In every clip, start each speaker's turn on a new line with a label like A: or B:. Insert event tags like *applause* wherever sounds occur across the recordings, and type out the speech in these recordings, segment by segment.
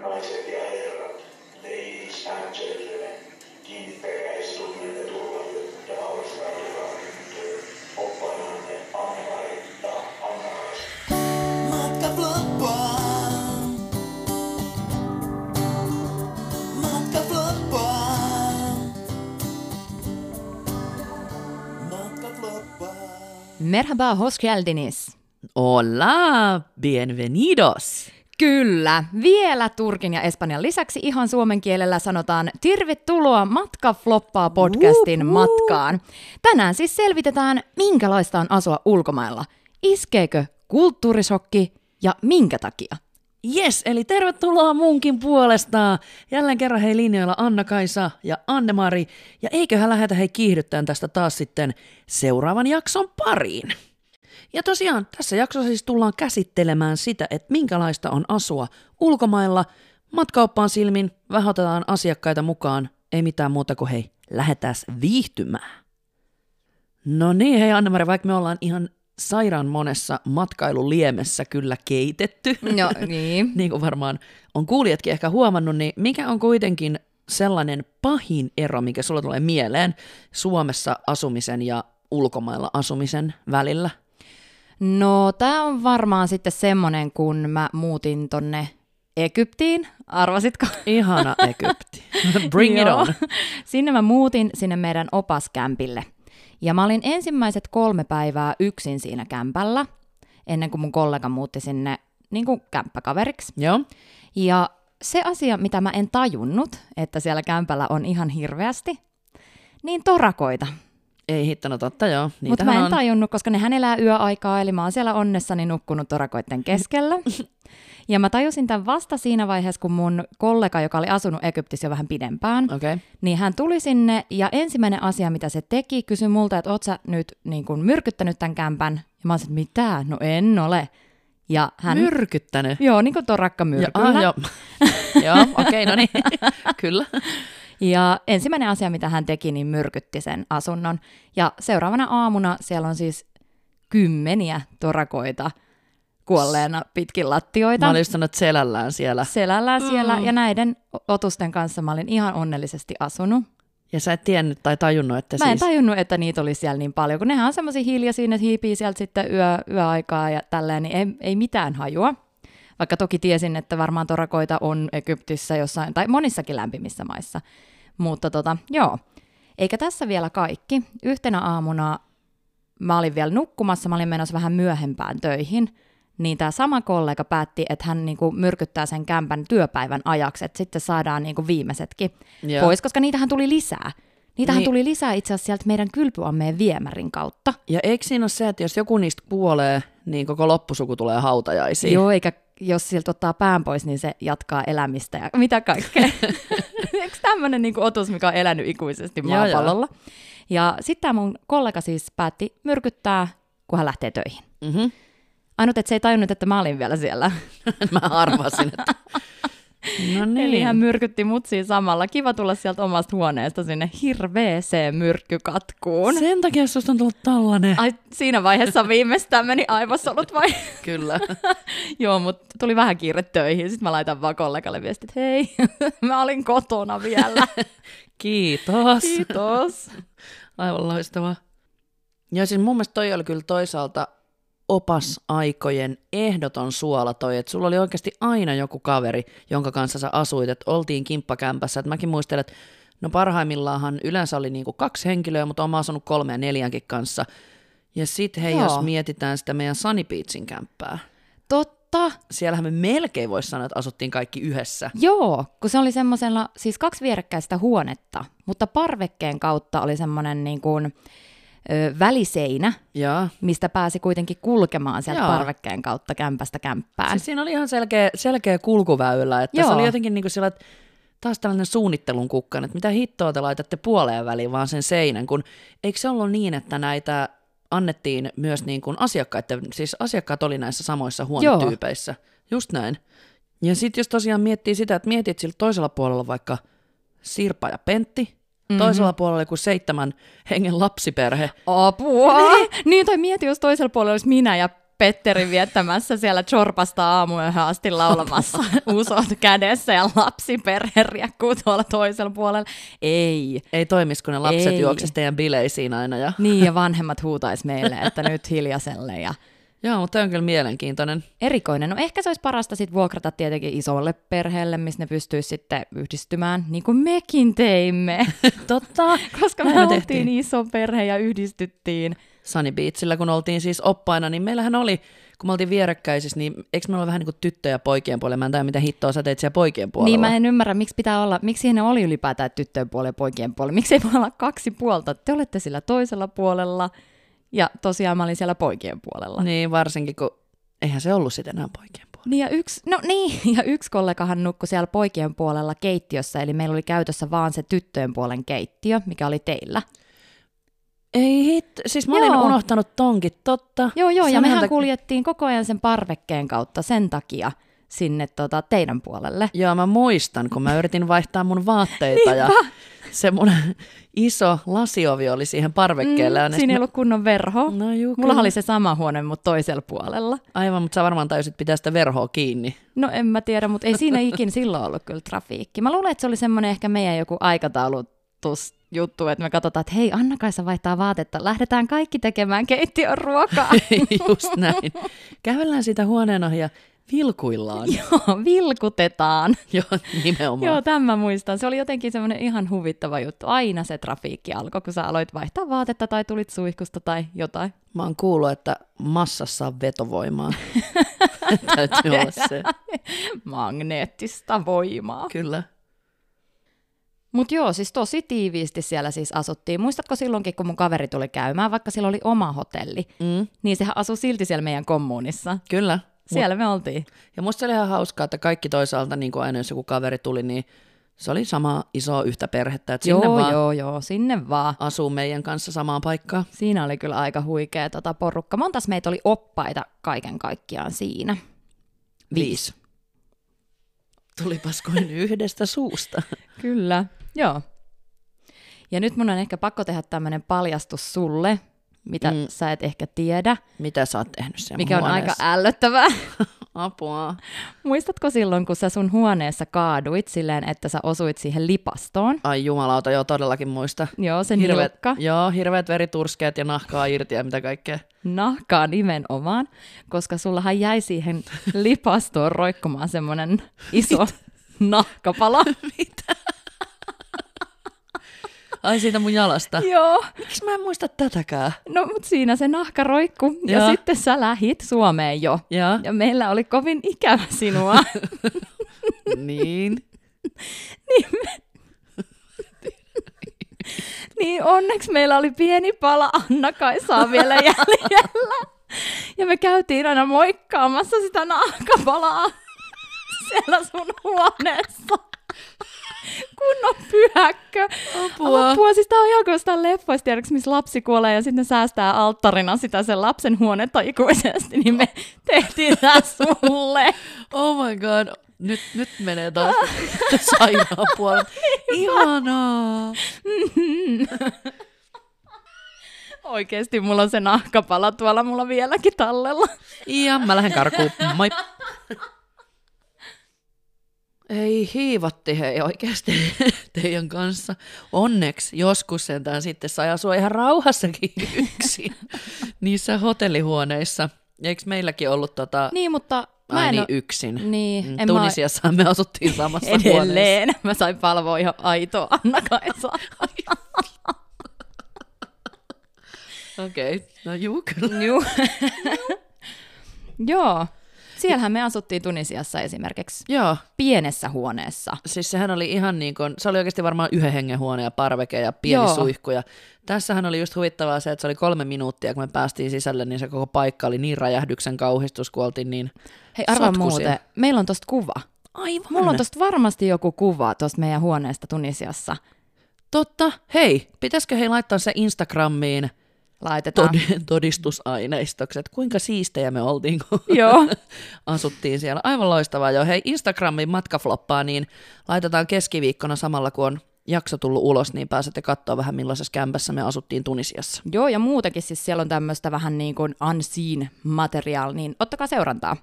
A: naiset ja herrat, ladies and gentlemen, kiinnittäkää ne turvallisuus ja avustautukaa tyttöön. Oppaananne Anna-Maritta Annaas.
B: Matka floppaa. Matka floppaa. Matka floppaa.
C: Merhaba hos geldiniz.
D: Hola, bienvenidos.
C: Kyllä, vielä Turkin ja Espanjan lisäksi ihan suomen kielellä sanotaan tervetuloa Matka Floppaa podcastin
D: Wup, wup.
C: matkaan. Tänään siis selvitetään, minkälaista on asua ulkomailla. Iskeekö kulttuurisokki ja minkä takia?
D: Yes, eli tervetuloa munkin puolesta. Jälleen kerran hei linjoilla Anna-Kaisa ja Anne-Mari. Ja eiköhän lähetä hei kiihdyttään tästä taas sitten seuraavan jakson pariin. Ja tosiaan, tässä jaksossa siis tullaan käsittelemään sitä, että minkälaista on asua ulkomailla. Matkauppaan silmin, vähän otetaan asiakkaita mukaan. Ei mitään muuta kuin hei, lähetäs viihtymään. No niin, hei Anne-Mari, vaikka me ollaan ihan sairaan monessa matkailuliemessä kyllä keitetty.
C: No niin.
D: *laughs* niin kuin varmaan on kuulijatkin ehkä huomannut, niin mikä on kuitenkin sellainen pahin ero, mikä sulla tulee mieleen Suomessa asumisen ja ulkomailla asumisen välillä?
C: *laughs* No tämä on varmaan sitten semmonen, kun mä muutin tonne Egyptiin, arvasitko? *laughs*
D: Ihana Egypti. Bring it
C: Joo.
D: on.
C: *laughs* Sinne mä muutin sinne meidän opaskämpille. Ja mä olin ensimmäiset kolme päivää yksin siinä kämpällä, ennen kuin mun kollega muutti sinne niin kuin kämppäkaveriksi.
D: Joo.
C: Ja se asia, mitä mä en tajunnut, että siellä kämpällä on ihan hirveästi, niin torakoita.
D: Ei hittana totta, joo.
C: Mutta
D: Niitähän
C: mä en
D: on.
C: tajunnut, koska nehän elää yöaikaa, eli mä oon siellä onnessani nukkunut torakoitten
D: *laughs*
C: keskellä. ja mä tajusin tämän vasta siinä vaiheessa, kun mun kollega, joka oli asunut Egyptissä jo vähän pidempään,
D: Okei. Okay.
C: niin hän tuli sinne ja ensimmäinen asia, mitä se teki, kysyi multa, että oot sä nyt niin kuin myrkyttänyt tämän kämpän? Ja mä sanoin, että mitä? No en ole. Ja hän...
D: Myrkyttänyt.
C: joo, niin kuin tuo rakka
D: Ja,
C: myrkyllä.
D: ah,
C: Ja, *laughs*
D: joo, joo okei, okay, no niin. *laughs* Kyllä.
C: ja ensimmäinen asia, mitä hän teki, niin myrkytti sen asunnon. Ja seuraavana aamuna siellä on siis kymmeniä torakoita kuolleena pitkin lattioita.
D: Mä olin Mm. just sanonut, että selällään siellä.
C: Selällään siellä ja näiden otusten kanssa mä olin ihan onnellisesti asunut.
D: Ja sä et tiennyt tai tajunnut, että
C: Mä en
D: siis...
C: tajunnut, että niitä oli siellä niin paljon, kun nehän on semmoisia hiljaisia, ne hiipii sieltä sitten yö, yöaikaa ja tälleen, niin ei, ei mitään hajua. Vaikka toki tiesin, että varmaan torakoita on Egyptissä jossain, tai monissakin lämpimissä maissa. Mutta tota, joo. Eikä tässä vielä kaikki. Yhtenä aamuna mä olin vielä nukkumassa, mä olin menossa vähän myöhempään töihin, niin tämä sama kollega päätti, että hän niinku myrkyttää sen kämpän työpäivän ajaksi, että sitten saadaan niinku viimeisetkin
D: Joo.
C: pois, koska niitähän tuli lisää. Niitähän
D: Niin.
C: tuli lisää itse asiassa sieltä meidän kylpyammeen viemärin kautta.
D: Ja eikö siinä ole se, että jos joku niistä kuolee, niin koko loppusuku tulee hautajaisiin?
C: Joo, eikä jos siltä ottaa pään pois, niin se jatkaa elämistä ja mitä
D: *laughs*
C: kaikkea. Eikö tämmöinen niinku otus, mikä on elänyt ikuisesti
D: Joo, joo.
C: maapallolla? Ja sitten tämä mun kollega siis päätti myrkyttää, kun hän lähtee töihin.
D: Mm-hmm.
C: Ainut, että se ei tajunnut, että mä olin vielä siellä.
D: *laughs* Mä arvasin, että... No niin.
C: Eli hän myrkytti mut siinä samalla. Kiva tulla sieltä omasta huoneesta sinne hirveeseen myrkkykatkuun.
D: Sen takia susta on tullut tällainen.
C: Ai, siinä vaiheessa viimeistään meni aivosolut vai?
D: *laughs* Kyllä.
C: Joo, mutta tuli vähän kiire töihin. Sitten mä laitan vaan kollegalle viestit, että hei, *laughs* mä olin kotona vielä.
D: Kiitos.
C: Kiitos.
D: Aivan loistavaa. Ja siis mun mielestä toi oli kyllä toisaalta opasaikojen ehdoton suola toi, että sulla oli oikeasti aina joku kaveri, jonka kanssa sä asuit, että oltiin kimppakämpässä, että mäkin muistelen, että no parhaimmillaanhan yleensä oli niinku kaksi henkilöä, mutta oon mä asunut kolme ja neljänkin kanssa. Ja sit hei,
C: Joo.
D: Joo. jos mietitään sitä meidän Sunny Beachin kämppää,
C: Totta.
D: siellähän me melkein voisi sanoa, että asuttiin kaikki yhdessä.
C: Joo, kun se oli semmoisella, siis kaksi vierekkäistä huonetta, mutta parvekkeen kautta oli semmoinen niin kuin, ö, väliseinä,
D: Joo.
C: mistä pääsi kuitenkin kulkemaan sieltä
D: Joo.
C: parvekkeen kautta kämpästä kämppään.
D: Siis siinä oli ihan selkeä, selkeä kulkuväylä, että Joo. se
C: Joo.
D: oli jotenkin niin kuin sillä, että taas tällainen suunnittelun kukkan, että mitä hittoa te laitatte puoleen väliin vaan sen seinän, kun eikö se ollut niin, että näitä annettiin myös niin kuin asiakkaiden, siis asiakkaat oli näissä samoissa huonetyypeissä, Joo. just näin. Ja sitten jos tosiaan miettii sitä, että mietit sillä toisella puolella vaikka Sirpa ja Pentti, mm-hmm. toisella puolella joku seitsemän hengen lapsiperhe,
C: niin, Apua! Niin, tai mieti, jos toisella puolella olisi minä ja Petteri viettämässä siellä chorpasta aamuyöhön asti laulamassa
D: *laughs*
C: usot kädessä ja lapsiperhe riekkuu tuolla toisella puolella. Ei.
D: Ei toimisi, kun ne lapset
C: Ei.
D: juoksisi teidän bileisiin aina. Ja...
C: Niin ja vanhemmat huutais meille, että nyt hiljaiselle ja
D: Joo, mutta tämä on kyllä mielenkiintoinen.
C: erikoinen. No ehkä se olisi parasta sit vuokrata tietenkin isolle perheelle, missä ne pystyisi sitten yhdistymään, niin kuin mekin teimme.
D: Totta.
C: Koska me
D: Näin me
C: oltiin
D: tehtiin.
C: iso perhe ja yhdistyttiin.
D: Sunny Beachillä, kun oltiin siis oppaina, niin meillähän oli, kun me oltiin vierekkäisissä, niin eikö meillä ole vähän niin kuin tyttöjä poikien puolella? Mä en tiedä, mitä hittoa sä teit siellä poikien puolella.
C: Niin mä en ymmärrä, miksi pitää olla, miksi ne oli ylipäätään tyttöjen puoli ja poikien puoli. Miksi ei voi olla kaksi puolta? Te olette sillä toisella puolella ja tosiaan mä olin siellä poikien puolella.
D: Niin, varsinkin kun eihän se ollut sitten enää poikien puolella.
C: Niin ja yksi, no niin, *laughs* ja yksi kollegahan nukkui siellä poikien puolella keittiössä, eli meillä oli käytössä vaan se tyttöjen puolen keittiö, mikä oli teillä.
D: Ei hitto, siis mä olin
C: Joo.
D: unohtanut tonkin, totta.
C: Joo, joo, ja
D: Senhän
C: mehän
D: tak-
C: kuljettiin koko ajan sen parvekkeen kautta sen takia sinne tota, teidän puolelle.
D: Joo, mä muistan, kun mä yritin vaihtaa mun vaatteita ja se mun *laughs* iso lasiovi oli siihen parvekkeelle. ja ne-
C: Mm, Siinä ei ollut kunnon verho.
D: No juu,
C: Mulla
D: kyllä.
C: oli se sama huone, mutta toisella puolella.
D: Aivan, mutta sä varmaan tajusit pitää sitä verhoa kiinni. *laughs*
C: No en mä tiedä, mutta ei siinä ikin silloin ollut kyllä trafiikki. Mä luulen, että se oli semmoinen ehkä meidän joku aikataulutus juttu, että me katsotaan, että hei, Anna-Kaisa vaihtaa vaatetta, lähdetään kaikki tekemään keittiön ruokaa. *laughs*
D: Just näin. Kävellään sitä huoneen ohi ja vilkuillaan.
C: Joo, vilkutetaan.
D: *laughs* Joo, nimenomaan.
C: Joo, tämän mä muistan. Se oli jotenkin semmoinen ihan huvittava juttu. Aina se trafiikki alkoi, kun sä aloit vaihtaa vaatetta tai tulit suihkusta tai jotain.
D: Mä oon kuullut, että massassa on vetovoimaa. *laughs* Täytyy olla se.
C: Magneettista voimaa.
D: Kyllä.
C: Mutta joo, siis tosi tiiviisti siellä siis asuttiin. Muistatko silloinkin, kun mun kaveri tuli käymään, vaikka sillä oli oma hotelli,
D: Mm,
C: niin sehän asui silti siellä meidän kommunissa.
D: kyllä.
C: Siellä me oltiin.
D: Ja musta se oli ihan hauskaa, että kaikki toisaalta, niin kuin aina jos joku kaveri tuli, niin se oli sama iso yhtä perhettä, että sinne
C: joo,
D: vaan
C: joo, joo, sinne vaan.
D: asuu meidän kanssa samaan paikkaan.
C: Siinä oli kyllä aika huikea tota porukka. Montas meitä oli oppaita kaiken kaikkiaan siinä.
D: Viisi. Tulipas kuin yhdestä suusta.
C: Kyllä, joo. Ja nyt mun on ehkä pakko tehdä tämmöinen paljastus sulle, mitä mm.
D: Mm.
C: sä et ehkä tiedä,
D: Mitä sä oot tehnyt siellä
C: mikä on aika
D: huoneessa?
C: ällöttävää.
D: Apua.
C: Muistatko silloin, kun sä sun huoneessa kaaduit silleen, että sä osuit siihen lipastoon?
D: Ai jumalauta, joo todellakin muista.
C: Joo, se
D: Hirveet,
C: nilkka.
D: joo, hirveät veriturskeet ja nahkaa irti ja mitä kaikkea.
C: Nahkaa nimenomaan, koska sullahan jäi
D: *laughs*
C: siihen lipastoon roikkumaan semmoinen iso
D: *laughs*
C: nahkapala.
D: Ai siitä mun jalasta.
C: Joo.
D: Niin, Miksi mä en muista tätäkään?
C: No mut siinä se nahka roikku ja, ja
D: Joo.
C: sitten sä lähit Suomeen jo.
D: Joo.
C: Ja meillä oli kovin ikävä
D: *laughs*
C: sinua.
D: Niin.
C: niin onneksi meillä oli pieni pala Anna-Kaisaa vielä jäljellä. Ja me käytiin aina moikkaamassa sitä nahkapalaa siellä sun huoneessa. Kunnon pyhäkkö.
D: Apua.
C: Apua. Siis tää on ihan kuin jostain leffoista, tiedätkö, missä lapsi kuolee ja sitten ne säästää alttarina sitä sen lapsen huonetta ikuisesti, niin me tehtiin tää sulle.
D: Oh my god. Nyt, nyt menee taas *laughs* sairaan *laughs* puolelle. Niin. Ihanaa.
C: Oikeesti mulla on se nahkapala tuolla mulla vieläkin tallella.
D: Ja mä lähden karkuun. Moi. Ei hiivatti hei oikeasti *laughs* teidän kanssa. Onneksi joskus sentään sitten sai asua ihan rauhassakin yksin niissä hotellihuoneissa. Eikö meilläkin ollut tota...
C: Niin, mutta mä
D: Ai
C: en
D: niin,
C: oo-
D: yksin.
C: Niin,
D: Mm,
C: en mä-
D: Tunisiassa me asuttiin samassa huoneessa.
C: Edelleen. Mä sain palvoa ihan aitoa anna
D: Okei, okay. no juu kyllä.
C: Juu. *laughs* Joo. Siellähän me asuttiin Tunisiassa esimerkiksi
D: Joo,
C: pienessä huoneessa.
D: siis sehän oli ihan niin kuin, se oli oikeasti varmaan yhden hengen huone ja parveke ja pieni
C: Joo.
D: Joo. suihku. Ja tässähän oli just huvittavaa se, että se oli kolme minuuttia, kun me päästiin sisälle, niin se koko paikka oli niin räjähdyksen kauhistus, kun oltiin niin
C: Hei, arvaa
D: sotkuisia.
C: muuten, meillä on tosta kuva.
D: Aivan.
C: Mulla on tosta varmasti joku kuva tosta meidän huoneesta Tunisiassa.
D: Totta, hei, pitäisikö hei laittaa se Instagramiin
C: Laitetaan.
D: tod- todistusaineistokset, kuinka siistejä me oltiin, kun *laughs*
C: *laughs* Joo.
D: asuttiin siellä. Aivan loistavaa jo. Hei, Instagramin matkafloppaa, niin laitetaan keskiviikkona samalla, kun on jakso tullut ulos, niin pääsette katsoa vähän millaisessa kämpässä me asuttiin Tunisiassa.
C: Joo, ja muutenkin siis siellä on tämmöistä vähän niin kuin unseen material, niin ottakaa seurantaa.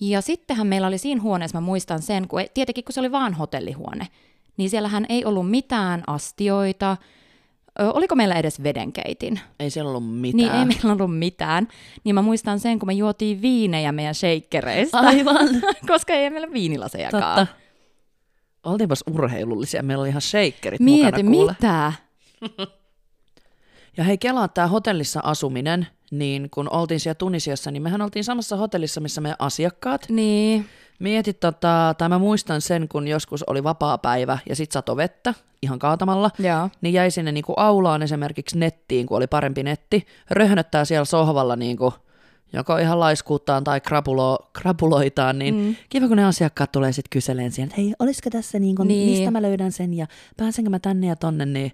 C: Ja sittenhän meillä oli siinä huoneessa, mä muistan sen, kun ei, tietenkin kun se oli vaan hotellihuone, niin siellähän ei ollut mitään astioita, Ö, oliko meillä edes vedenkeitin?
D: Ei siellä ollut mitään.
C: Niin ei meillä ollut mitään. Niin mä muistan sen, kun me juotiin viinejä meidän sheikkereistä.
D: Aivan.
C: *laughs* koska ei meillä viinilasejakaan.
D: Totta. Oltiinpas urheilullisia, meillä oli ihan shakerit
C: Mieti,
D: mukana kuule.
C: mitä?
D: Ja hei, kelaa tämä hotellissa asuminen, niin kun oltiin siellä Tunisiassa, niin mehän oltiin samassa hotellissa, missä meidän asiakkaat.
C: Niin.
D: Mieti, tota, tai mä muistan sen, kun joskus oli vapaa päivä ja sit sato vettä ihan kaatamalla,
C: Joo.
D: niin jäi sinne niinku aulaan esimerkiksi nettiin, kun oli parempi netti, röhnöttää siellä sohvalla niinku, joko ihan laiskuuttaan tai krapulo, krapuloitaan, niin mm. kiva kun ne asiakkaat tulee sitten kyseleen siihen, että hei, olisiko tässä niinku,
C: Niin.
D: niin. mistä mä löydän sen ja pääsenkö mä tänne ja tonne, niin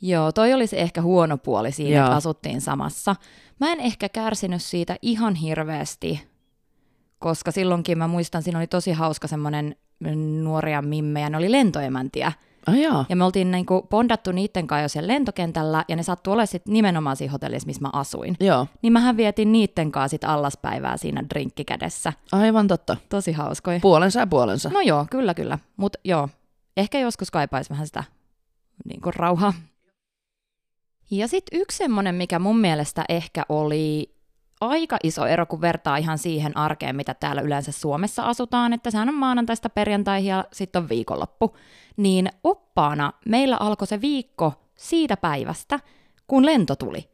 C: Joo, toi olisi ehkä huono puoli siinä,
D: Joo.
C: että asuttiin samassa. Mä en ehkä kärsinyt siitä ihan hirveästi, koska silloinkin mä muistan, siinä oli tosi hauska semmoinen mm, nuoria mimmejä, ne oli lentoemäntiä.
D: ai jaa.
C: Ja me oltiin niinku bondattu niiden kanssa jo siellä lentokentällä, ja ne sattui olemaan sit nimenomaan siinä hotellissa, missä mä asuin.
D: Joo,
C: Niin mähän vietin niiden kanssa sit allaspäivää siinä drinkkikädessä.
D: aivan totta.
C: Tosi hauskoja.
D: Puolensa ja puolensa.
C: No joo, kyllä kyllä. Mutta joo, ehkä joskus kaipaisi vähän sitä niin kuin rauhaa. Ja sitten yksi semmoinen, mikä mun mielestä ehkä oli aika iso ero, kun vertaa ihan siihen arkeen, mitä täällä yleensä Suomessa asutaan, että sehän on maanantaista perjantaihin ja sitten on viikonloppu. Niin oppaana meillä alkoi se viikko siitä päivästä, kun lento tuli.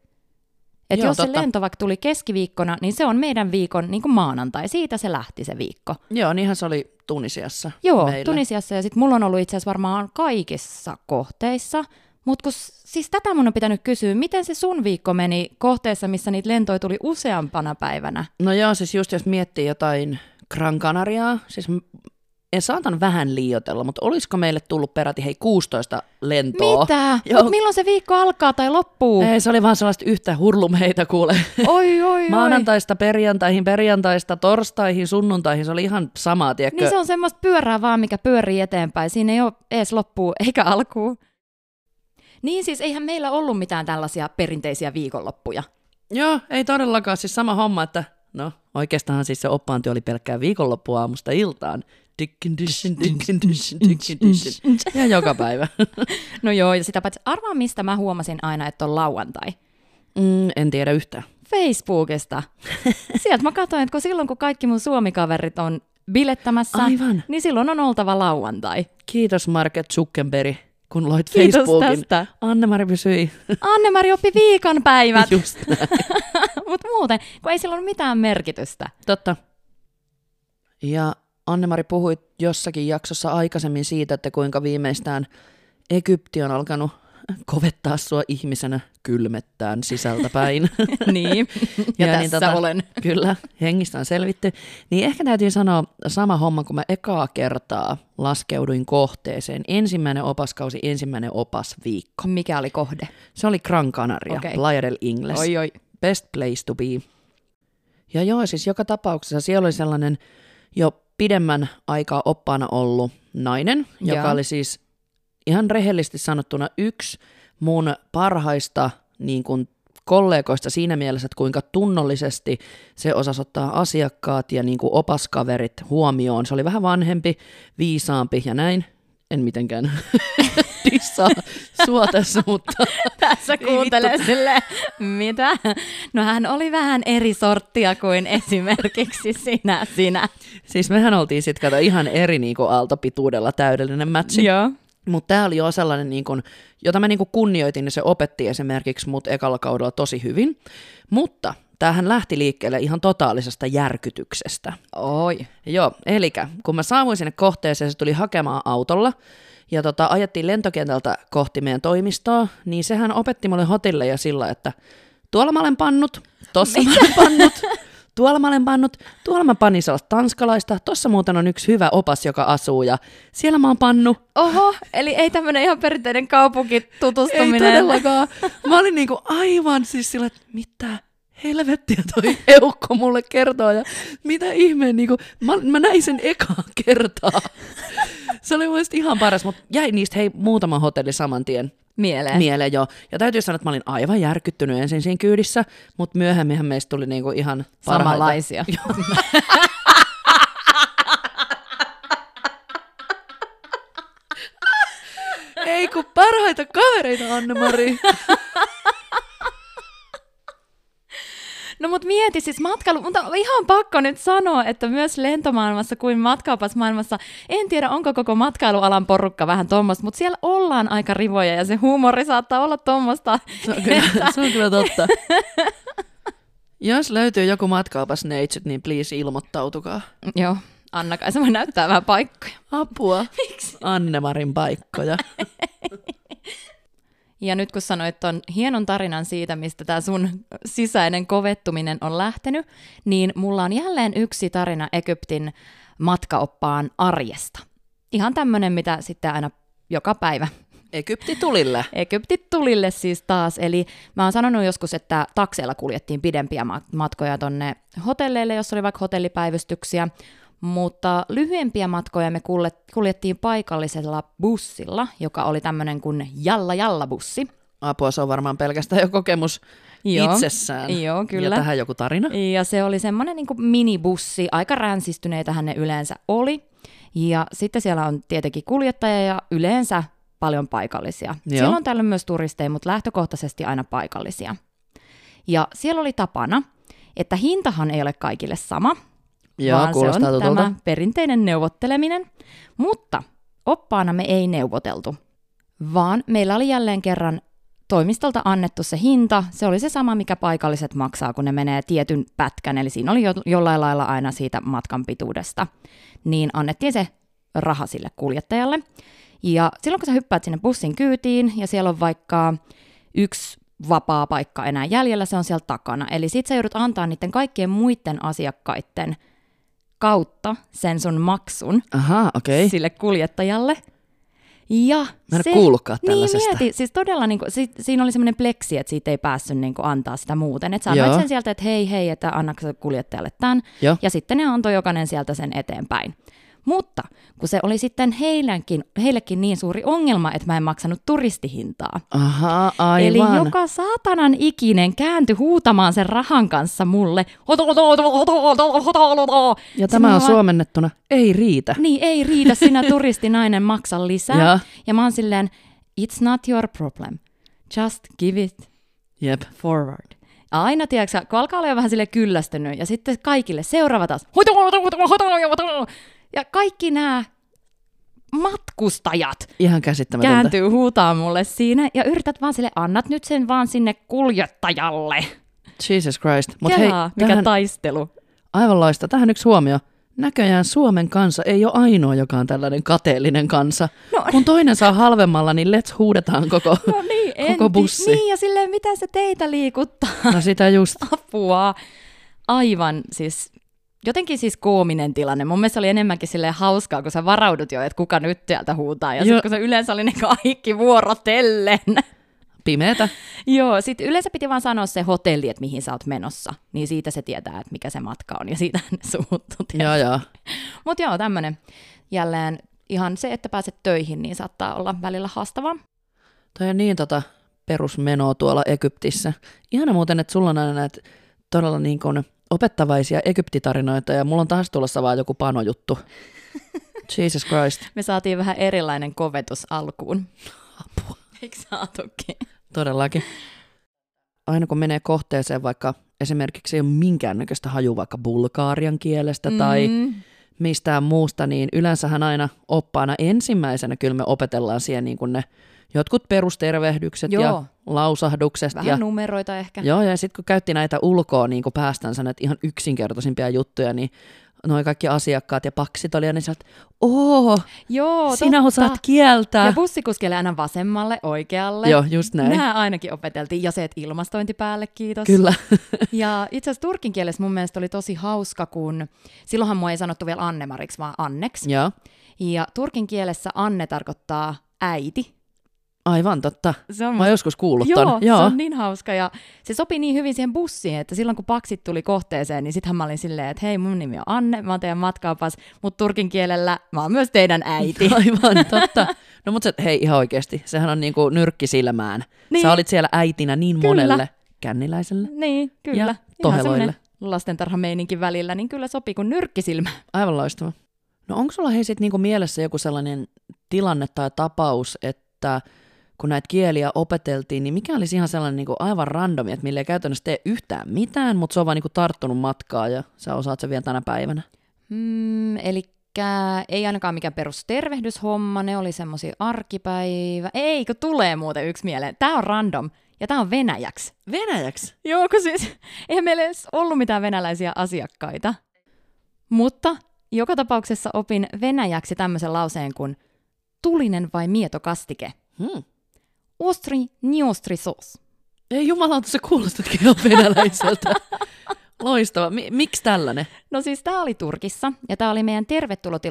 C: Et
D: Joo,
C: jos se
D: totta.
C: lento vaikka tuli keskiviikkona, niin se on meidän viikon niin kuin maanantai. Siitä se lähti se viikko.
D: Joo, niinhän se oli Tunisiassa
C: Joo,
D: meillä.
C: Tunisiassa ja sitten mulla on ollut itse asiassa varmaan kaikissa kohteissa, mutta kun s- siis tätä mun on pitänyt kysyä, miten se sun viikko meni kohteessa, missä niitä lentoja tuli useampana päivänä?
D: No joo, siis just jos miettii jotain Gran Canariaa, siis m- en saatan vähän liioitella, mutta olisiko meille tullut peräti hei 16 lentoa?
C: Mitä?
D: Joo.
C: Mut milloin se viikko alkaa tai loppuu?
D: Ei, se oli vaan sellaista yhtä hurlumheitä kuule.
C: Oi, oi, oi.
D: Maanantaista perjantaihin, perjantaista torstaihin, sunnuntaihin, se oli ihan samaa, tiedätkö?
C: Niin se on semmoista pyörää vaan, mikä pyörii eteenpäin. Siinä ei ole edes loppuu eikä alkuu. Niin siis eihän meillä ollut mitään tällaisia perinteisiä viikonloppuja.
D: Joo, ei todellakaan, siis sama homma, että no oikeastaan siis se oppaanti oli pelkkää viikonloppua aamusta iltaan. Dickin, dishin, dickin, dishin, dickin,
C: *laughs*
D: dishin. Ja joka päivä. *laughs*
C: No joo, ja sitä paitsi arvaa, mistä mä huomasin aina, että on lauantai.
D: Mm, en tiedä yhtään.
C: *laughs* Facebookista. Sieltä mä katsoin, että kun silloin kun kaikki mun suomikaverit on bilettämässä,
D: Aivan.
C: niin silloin on oltava *laughs* lauantai.
D: Kiitos Mark Zuckerberg, kun loit
C: Kiitos
D: Facebookin.
C: tästä.
D: Anne-Mari pysyi.
C: Anne-Mari oppi viikonpäivät,
D: Just näin.
C: mutta muuten, kun ei sillä ole mitään merkitystä.
D: Totta. Ja Anne-Mari puhui jossakin jaksossa aikaisemmin siitä, että kuinka viimeistään Egypti on alkanut kovettaa sua ihmisenä kylmettään sisältä päin.
C: *laughs* niin, *laughs* ja, ja tässä niin, tota... olen.
D: *laughs* Kyllä, hengistä on selvitty. Niin ehkä täytyy sanoa sama homma, kun mä ekaa kertaa laskeuduin kohteeseen. Ensimmäinen opaskausi, ensimmäinen opasviikko.
C: Mikä oli kohde?
D: Se oli Gran Canaria,
C: Okei.
D: okay. Playa del Ingles.
C: Oi, oi.
D: Best place to be. Ja joo, siis joka tapauksessa siellä oli sellainen jo pidemmän aikaa oppaana ollut nainen, joka
C: Joo.
D: oli siis ihan rehellisesti sanottuna yksi mun parhaista niin kuin, kollegoista siinä mielessä, että kuinka tunnollisesti se osasi ottaa asiakkaat ja niin kuin, opaskaverit huomioon. Se oli vähän vanhempi, viisaampi ja näin. En mitenkään *laughs* dissaa sua tässä, mutta
C: *laughs* Tässä
D: vittu.
C: kuuntelee sille, mitä? No hän oli vähän eri sorttia *laughs* kuin esimerkiksi sinä, sinä.
D: Siis mehän oltiin sitten kato ihan eri niinku aaltopituudella täydellinen matchi.
C: Joo.
D: Mutta tämä oli jo sellainen, niinku, jota mä niinku kunnioitin ja se opetti esimerkiksi mut ekalla kaudella tosi hyvin. Mutta tämähän lähti liikkeelle ihan totaalisesta järkytyksestä.
C: Oi.
D: Joo, eli kun mä saavuin sinne kohteeseen, se tuli hakemaan autolla ja tota, ajettiin lentokentältä kohti meidän toimistoa, niin sehän opetti mulle hotille ja sillä, että tuolla mä olen pannut, tossa mä olen pannut, tuolla mä olen pannut, tuolla mä panin sellaista tanskalaista, tossa muuten on yksi hyvä opas, joka asuu ja siellä mä oon pannut.
C: Oho, eli ei tämmöinen ihan perinteinen kaupunkitutustuminen.
D: Ei todellakaan. Mä olin niinku aivan siis sillä, että mitä helvettiä toi eukko mulle kertoo ja mitä ihmeen, niin kuin, mä, mä näin sen ekaa kertaa. Se oli mun mielestä ihan paras, mutta jäi niistä hei muutama hotelli saman tien
C: Mieleen.
D: mieleen jo. Ja täytyy sanoa, että mä olin aivan järkyttynyt ensin siinä kyydissä, mutta myöhemminhän meistä tuli niinku ihan parhaita. *laughs*
C: Samanlaisia.
D: Ei kun parhaita kavereita, Anne-Mari.
C: No mut mieti siis matkailu, mutta on ihan pakko nyt sanoa, että myös lentomaailmassa kuin matkaopasmaailmassa, en tiedä onko koko matkailualan porukka vähän tommosta, mutta siellä ollaan aika rivoja ja se huumori saattaa olla tommosta.
D: Se *laughs* on kyllä, se on kyllä totta. *laughs* Jos löytyy joku matkaapas neitsyt, niin please ilmoittautukaa.
C: Joo, Anna kai se voi näyttää vähän paikkoja.
D: Apua. Miksi?
C: *laughs*
D: Annemarin paikkoja.
C: Ja nyt kun sanoit ton hienon tarinan siitä, mistä tämä sun sisäinen kovettuminen on lähtenyt, niin mulla on jälleen yksi tarina Egyptin matkaoppaan arjesta. Ihan tämmönen, mitä sitten aina joka päivä
D: Egypti tulille.
C: Egyptit tulille siis taas. Eli mä oon sanonut joskus, että takseilla kuljettiin pidempiä mat- matkoja tonne hotelleille, jos oli vaikka hotellipäivystyksiä, mutta lyhyempiä matkoja me kulle- kuljettiin paikallisella bussilla, joka oli tämmöinen kuin Jalla Jalla bussi.
D: Apua, se on varmaan pelkästään jo kokemus
C: Joo.
D: itsessään.
C: Joo, kyllä.
D: Ja tähän joku tarina.
C: Ja se oli semmoinen niin minibussi, aika ränsistyneitähän ne yleensä oli. Ja sitten siellä on tietenkin kuljettaja ja yleensä paljon paikallisia.
D: Joo.
C: Joo. Siellä on tällöin myös turisteja, mutta lähtökohtaisesti aina paikallisia. Ja siellä oli tapana, että hintahan ei ole kaikille sama,
D: Joo,
C: vaan se on
D: kuulostaa tutulta.
C: tämä perinteinen neuvotteleminen. Mutta oppaana me ei neuvoteltu, vaan meillä oli jälleen kerran toimistolta annettu se hinta. Se oli se sama, mikä paikalliset maksaa, kun ne menee tietyn pätkän. Eli siinä oli jo, jollain lailla aina siitä matkan pituudesta. Niin annettiin se raha sille kuljettajalle. Ja silloin kun sä hyppäät sinne bussin kyytiin ja siellä on vaikka yksi vapaa paikka enää jäljellä, se on siellä takana. Eli sit sä joudut antaa niiden kaikkien muiden asiakkaiden kautta sen sun maksun
D: Aha, okei. Okay.
C: sille kuljettajalle. Ja
D: en ole kuullutkaan
C: Niin
D: tällaisesta.
C: mieti, siis todella niin kuin, si, siinä oli semmoinen pleksi, että siitä ei päässyt niin kuin, antaa sitä muuten. Että sä
D: Joo.
C: annoit sen sieltä, että hei hei, että annatko sä kuljettajalle tämän.
D: Joo.
C: Ja sitten ne antoi jokainen sieltä sen eteenpäin. Mutta kun se oli sitten heillekin, heillekin niin suuri ongelma, että mä en maksanut turistihintaa.
D: Aha,
C: Eli
D: aivan.
C: joka saatanan ikinen kääntyi huutamaan sen rahan kanssa mulle. Hoto, hoto, hoto, hoto, hoto, hoto, hoto.
D: Ja
C: Sit
D: tämä
C: mä
D: on
C: vaan-
D: suomennettuna. Ei riitä.
C: niin ei riitä,
D: *laughs*
C: sinä turistinainen maksa lisää.
D: Joo.
C: Ja. ja mä oon silleen, it's not your problem, just give it
D: Jep.
C: forward. Ja aina, tiedätkö, sä, kun alkaa olla jo vähän sille kyllästynyt, ja sitten kaikille seuraava taas, hoito, hoito, hoito, hoito, hoito. ja kaikki nämä matkustajat
D: Ihan käsittämätöntä.
C: kääntyy huutaa mulle siinä, ja yrität vaan sille, annat nyt sen vaan sinne kuljettajalle.
D: Jesus Christ. Mut hei,
C: Kelaa, mikä
D: tähän,
C: taistelu.
D: aivan loista. Tähän yksi huomio. Näköjään Suomen kansa ei ole ainoa, joka on tällainen kateellinen kansa.
C: No.
D: Kun toinen saa halvemmalla, niin let's huudetaan koko,
C: *laughs* No niin, en
D: koko
C: ti-
D: bussi.
C: Niin, ja silleen, mitä se teitä liikuttaa?
D: No sitä just.
C: apua. Aivan siis, jotenkin siis koominen tilanne. Mun mielestä se oli enemmänkin silleen hauskaa, kun sä varaudut jo, että kuka nyt sieltä huutaa. Ja
D: Joo.
C: sitten kun se yleensä oli ne kaikki vuorotellen. *laughs*
D: Pimeetä.
C: Joo, sit yleensä piti vaan sanoa se hotelli, että mihin sä oot menossa. Niin siitä se tietää, että mikä se matka on. Ja siitä ne suuttu.
D: Joo, joo.
C: Mutta joo, tämmönen jälleen ihan se, että pääset töihin, niin saattaa olla välillä haastavaa.
D: Toi on niin tota perusmenoa tuolla Egyptissä. Ihana muuten, että sulla on aina näitä todella niin kuin opettavaisia egyptitarinoita ja mulla on taas tulossa vaan
C: *laughs*
D: joku panojuttu. Jesus Christ.
C: Me saatiin vähän erilainen kovetus alkuun. *laughs* Apua. Eikö saatukin?
D: Todellakin. Aina kun menee kohteeseen, vaikka esimerkiksi ei ole minkäännäköistä haju vaikka bulgaarian kielestä mm. tai
C: Mm.
D: mistään muusta, niin yleensähän aina oppaana ensimmäisenä kyllä me opetellaan siihen niin kuin ne jotkut perustervehdykset Joo. ja
C: Joo.
D: lausahdukset.
C: Vähän
D: ja,
C: numeroita ehkä.
D: Joo, ja sitten kun käytti näitä ulkoa niin kuin päästänsä näitä ihan yksinkertaisimpia juttuja, niin noin kaikki asiakkaat ja paksit oli, ja niin sä oot, oo,
C: Joo,
D: sinä
C: totta.
D: osaat kieltää.
C: Ja bussikuskille aina vasemmalle, oikealle.
D: Joo, just näin.
C: Nämä ainakin opeteltiin. Ja se, että ilmastointi päälle, kiitos.
D: Kyllä.
C: *laughs* Ja itse asiassa turkin kielessä mun mielestä oli tosi hauska, kun silloinhan mua ei sanottu vielä Annemariksi, vaan Anneksi.
D: Joo.
C: Ja turkin kielessä Anne tarkoittaa äiti.
D: Aivan totta.
C: Se on
D: Mä oon joskus kuullut
C: Joo,
D: ton.
C: se on niin hauska ja se sopi niin hyvin siihen bussiin, että silloin kun paksit tuli kohteeseen, niin sittenhän mä olin silleen, että hei mun nimi on Anne, mä oon teidän matkaapas, mutta turkin kielellä mä oon myös teidän äiti.
D: *laughs* Aivan totta. No mutta hei ihan oikeasti, sehän on niinku nyrkki silmään. Niin.
C: Niin.
D: Sä olit siellä äitinä niin
C: Kyllä.
D: monelle känniläiselle.
C: niin, kyllä. Ihan
D: toheloille.
C: semmonen lastentarhameininkin välillä, niin kyllä sopi kuin nyrkkisilmä.
D: Aivan loistava. No onko sulla hei sit niinku mielessä joku sellainen tilanne tai tapaus, että kun näitä kieliä opeteltiin, niin mikä olisi ihan sellainen niinku aivan randomi, että millä ei käytännössä tee yhtään mitään, mutta se on vaan niinku tarttunut matkaa ja sä osaat sen vielä tänä päivänä.
C: Mm, eli ei ainakaan mikään perustervehdyshomma, ne oli semmosia arkipäivä. Ei, kun tulee muuten yksi mieleen. Tää on random ja tää on venäjäksi.
D: Venäjäksi?
C: Joo, kun siis eihän meillä edes ollut mitään venäläisiä asiakkaita. Mutta joka tapauksessa opin venäjäksi tämmöisen lauseen kuin tulinen vai mietokastike.
D: Hmm.
C: Ostri, niostri sos.
D: Ei jumalauta, se kuulostatkin ihan venäläiseltä. Loistava. Mi- miksi tällainen?
C: No siis tämä oli Turkissa ja tämä oli meidän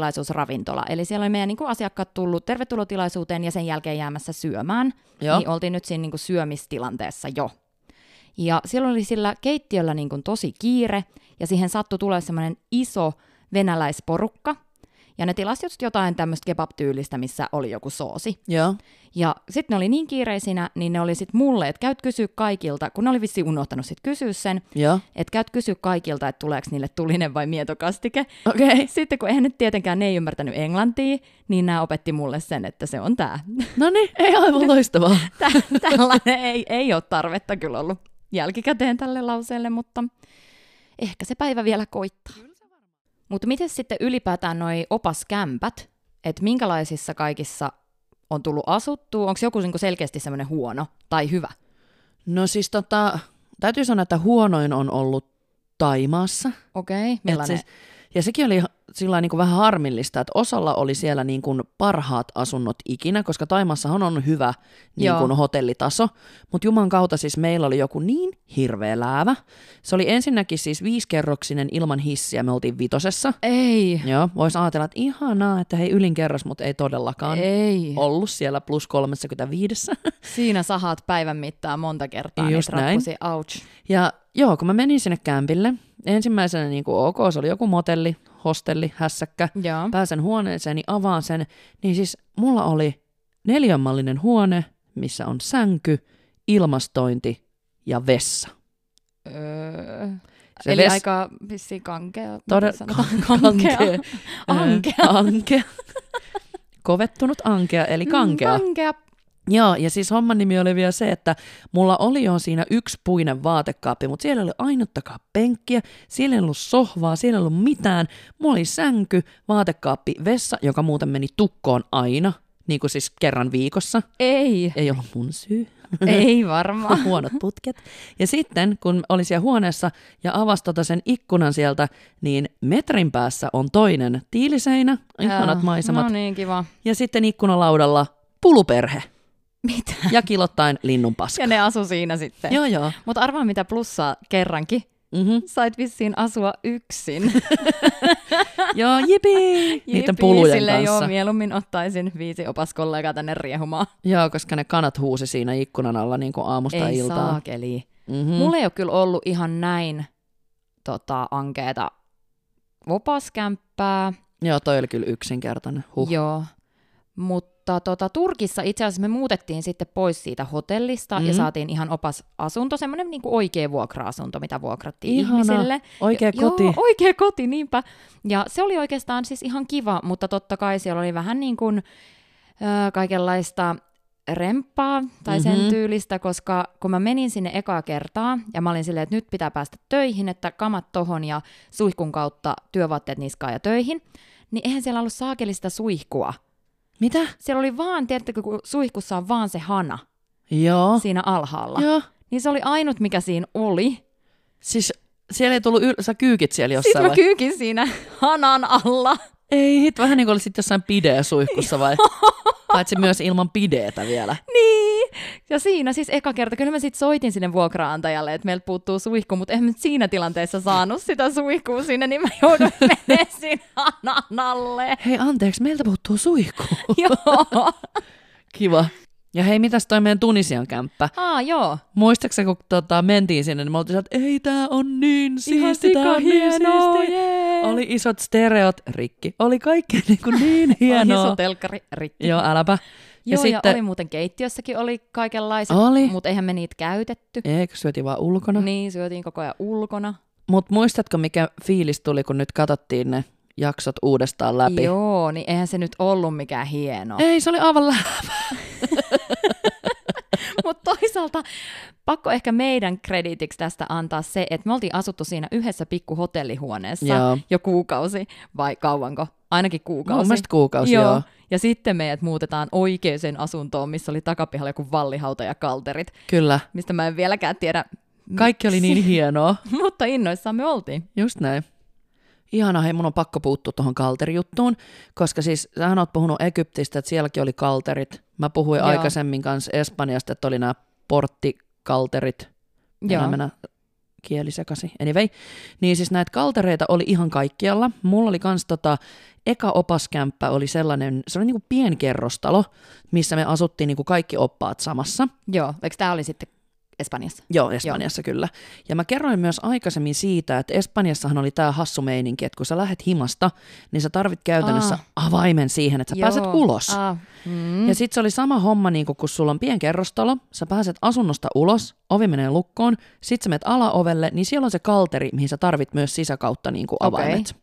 C: tervetulotilaisuusravintola. Eli siellä oli meidän niin asiakkaat tullut tervetulotilaisuuteen ja sen jälkeen jäämässä syömään.
D: Joo.
C: Niin oltiin nyt siinä niin syömistilanteessa jo. Ja silloin oli sillä keittiöllä niin tosi kiire ja siihen sattui tulee semmoinen iso venäläisporukka. Ja ne tilasi just jotain tämmöistä kebab-tyylistä, missä oli joku soosi.
D: Joo.
C: Ja sitten ne oli niin kiireisinä, niin ne oli sitten mulle, että käyt kysyä kaikilta, kun ne oli vissiin unohtanut sitten kysyä sen,
D: Joo.
C: että käyt kysyä kaikilta, että tuleeko niille tulinen vai mietokastike.
D: Okei. Okay.
C: Sitten kun eihän nyt tietenkään ne ei ymmärtänyt englantia, niin nämä opetti mulle sen, että se on
D: *laughs*
C: tämä.
D: No niin, ei *laughs* aivan loistavaa.
C: Tällainen ei, ei ole tarvetta kyllä ollut jälkikäteen tälle lauseelle, mutta ehkä se päivä vielä koittaa. Mutta miten sitten ylipäätään noi opaskämpät, että minkälaisissa kaikissa on tullut asuttua? Onko joku niinku selkeästi semmoinen huono tai hyvä?
D: No siis tota, täytyy sanoa, että huonoin on ollut Taimaassa.
C: Okei, okay,
D: Et
C: millainen?
D: Siis, ja sekin oli sillä niin vähän harmillista, että osalla oli siellä niin kuin parhaat asunnot ikinä, koska Taimassahan on hyvä niin
C: Joo.
D: kuin hotellitaso. Mutta Juman kautta siis meillä oli joku niin hirveä läävä. Se oli ensinnäkin siis viisikerroksinen ilman hissiä, me oltiin vitosessa.
C: Ei,
D: Joo, voisi ajatella, että ihanaa, että hei ylin kerros, mutta ei todellakaan
C: ei.
D: ollut siellä plus 35. *laughs*
C: Siinä sahat päivän mittaan monta kertaa
D: Just
C: niitä
D: näin.
C: rappusia. Ouch.
D: Ja joo, kun mä menin sinne kämpille, ensimmäisenä niin kuin ok, se oli joku motelli, hostelli, hässäkkä.
C: Joo.
D: Pääsen huoneeseen, niin avaan sen. Niin siis mulla oli neljänmallinen huone, missä on sänky, ilmastointi ja vessa.
C: Öö,
D: Se
C: eli
D: ves-
C: aika vissiin kankea.
D: Todella
C: miten sanotaan? kankea. Ankea.
D: Ö, ankea. Kovettunut ankea, eli kankea.
C: Mm, kankea.
D: Joo, ja siis homman nimi oli vielä se, että mulla oli jo siinä yksi puinen vaatekaappi, mutta siellä ei ollut ainuttakaan penkkiä, siellä ei ollut sohvaa, siellä ei ollut mitään. Mulla oli sänky, vaatekaappi, vessa, joka muuten meni tukkoon aina, niin kuin siis kerran viikossa.
C: Ei,
D: Ei ollut mun syy. *laughs*
C: ei varmaan.
D: Huonot putket. Ja sitten, kun oli siellä huoneessa ja avasi tota sen ikkunan sieltä, niin metrin päässä on toinen tiiliseinä, *laughs* ihanat
C: Joo.
D: maisemat.
C: No niin, kiva.
D: Ja sitten ikkunalaudalla puluperhe
C: Mitä?
D: ja kilottain linnunpaska.
C: Ja ne asu siinä sitten.
D: Joo, joo.
C: Mutta arvaa mitä plussaa kerrankin.
D: Mm-hmm.
C: Sait vissiin asua yksin.
D: Joo, jipi! *laughs* Niiden
C: Jipii,
D: pulujen
C: silleen, Joo,
D: kanssa.
C: mieluummin ottaisin viisi opaskollegaa tänne riehumaan.
D: Joo, koska ne kanat huusi siinä ikkunan alla niin kuin aamusta
C: ei
D: iltaan.
C: saakeli.
D: Mm-hmm.
C: Mm. Mulla ei ole kyllä ollut ihan näin tota, ankeeta opaskämppää.
D: Joo, toi oli kyllä yksinkertainen. Huh.
C: Joo. Mutta tota, Turkissa itse asiassa me muutettiin sitten pois siitä hotellista mm.
D: Mm.
C: ja saatiin ihan opas asunto, semmoinen niin oikea vuokra-asunto, mitä vuokrattiin
D: Ihana.
C: ihmiselle.
D: Oikea
C: Ja-
D: koti.
C: Joo, *laughs* oikea koti, niinpä. Ja se oli oikeastaan siis ihan kiva, mutta totta kai siellä oli vähän niin kuin ö, kaikenlaista remppaa tai sen
D: Mhm.
C: mm-hmm. tyylistä, koska kun mä menin sinne ekaa kertaa ja mä olin silleen, että nyt pitää päästä töihin, että kamat tohon ja suihkun kautta työvaatteet niskaan ja töihin, niin eihän siellä ollut saakelista suihkua.
D: Mitä?
C: Siellä oli vaan, tiedättekö, kun suihkussa on vaan se hana
D: Joo.
C: siinä alhaalla.
D: Oh. Joo.
C: Niin se oli ainut, mikä siinä oli.
D: Siis siellä ei tullut, yl... sä kyykit siellä jossain
C: Sitten Siis mä
D: vai?
C: kyykin siinä hanan alla.
D: Ei, hit vähän niin kuin olisit jossain pideä
C: *laughs*
D: suihkussa vai? Paitsi myös ilman pideetä vielä.
C: Niin. Ja siinä siis eka kerta, kyllä mä sitten soitin sinne vuokraantajalle, että meiltä puuttuu suihku, mutta en mä nyt siinä tilanteessa saanut sitä suihkua sinne, niin mä joudun *laughs* menemään sinne hanan alle.
D: *laughs* Hei, anteeksi, meiltä puuttuu suihku.
C: Joo.
D: Kiva. Ja hei, mitäs toi meidän Tunisian kämppä?
C: *laughs* Aa, joo.
D: Muistaakseni, kun tota, mentiin sinne, niin me oltiin että ei tää on niin
C: Ihan
D: siisti, tää on niin
C: sikahienoa,
D: siisti.
C: jee.
D: Oli isot stereot rikki. Oli kaikkea *laughs* niin, kuin niin
C: Oli
D: hienoa.
C: iso telkkari rikki.
D: Joo, äläpä.
C: Joo, ja,
D: sitten,
C: oli muuten keittiössäkin oli kaikenlaiset,
D: Oli.
C: mutta eihän me niitä käytetty.
D: eikö syötiin vaan ulkona?
C: Niin, syötiin koko ajan ulkona.
D: Mutta muistatko, mikä fiilis tuli, kun nyt katsottiin ne jaksot uudestaan läpi?
C: Joo, niin eihän se nyt ollut mikään
D: *laughs*
C: hieno.
D: Ei, se oli aivan lä-
C: Mutta toisaalta pakko ehkä meidän krediitiksi tästä antaa se, että me oltiin asuttu siinä yhdessä pikkuhotellihuoneessa
D: Joo.
C: jo kuukausi, vai kauanko? Ainakin kuukausi.
D: Mun mielestä kuukausi, joo.
C: Ja sitten meidät muutetaan oikeaan asuntoon, missä oli takapihalla joku vallihauta ja kalterit,
D: Kyllä.
C: mistä mä en vieläkään tiedä, *laughs*
D: Kaikki oli niin hienoa.
C: mutta innoissaan me oltiin.
D: Just näin. Ihana, hei, mun on pakko puuttua tuohon kalterijuttuun, koska siis sähän oot puhunut Egyptistä, että sielläkin oli kalterit. Mä puhuin
C: Joo.
D: Joo. aikaisemmin kanssa Espanjasta, että oli nämä porttikalterit. Joo. mennä kieli sekasi. Anyway, niin siis näitä kaltereita oli ihan kaikkialla. Mulla oli kans tota, eka opaskämppä oli sellainen, se oli niinku pienkerrostalo, missä me asuttiin niinku kaikki oppaat samassa.
C: Joo, eikö tämä oli sitten Espanjassa?
D: Joo, Espanjassa Joo. kyllä. Ja mä kerroin myös aikaisemmin siitä, että Espanjassahan oli tämä hassu meininki, että kun sä lähet himasta, niin sä tarvit käytännössä avaimen siihen, että sä Joo. pääset ulos.
C: Ah, mm.
D: Ja sitten se oli sama homma, niin kun sulla on pienkerrostalo, sä pääset asunnosta ulos, ovi menee lukkoon, sit sä menet alaovelle, niin siellä on se kalteri, mihin sä tarvit myös sisäkautta niin kuin
C: Okei.
D: avaimet.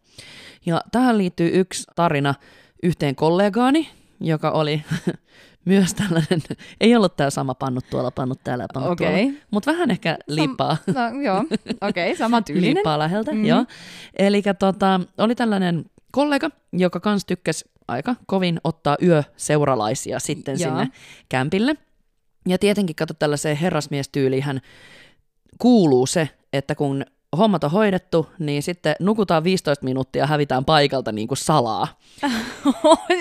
D: Ja tähän liittyy yksi tarina yhteen kollegaani, joka oli *laughs* myös tällainen, ei ollut tämä sama pannut tuolla, pannut täällä, pannut
C: Okei.
D: tuolla, mutta vähän ehkä lipaa.
C: No,
D: *laughs*
C: joo, okei, okay, sama tyylinen.
D: Liippaa läheltä,
C: Mm.
D: mm. joo. Eli tota, oli tällainen kollega, joka kans tykkäsi aika kovin ottaa yöseuralaisia sitten
C: Joo.
D: joo. sinne kämpille. Ja tietenkin kato tällaiseen herrasmiestyyliin hän kuuluu se, että kun hommat on hoidettu, niin sitten nukutaan 15 minuuttia ja hävitään paikalta niin kuin salaa.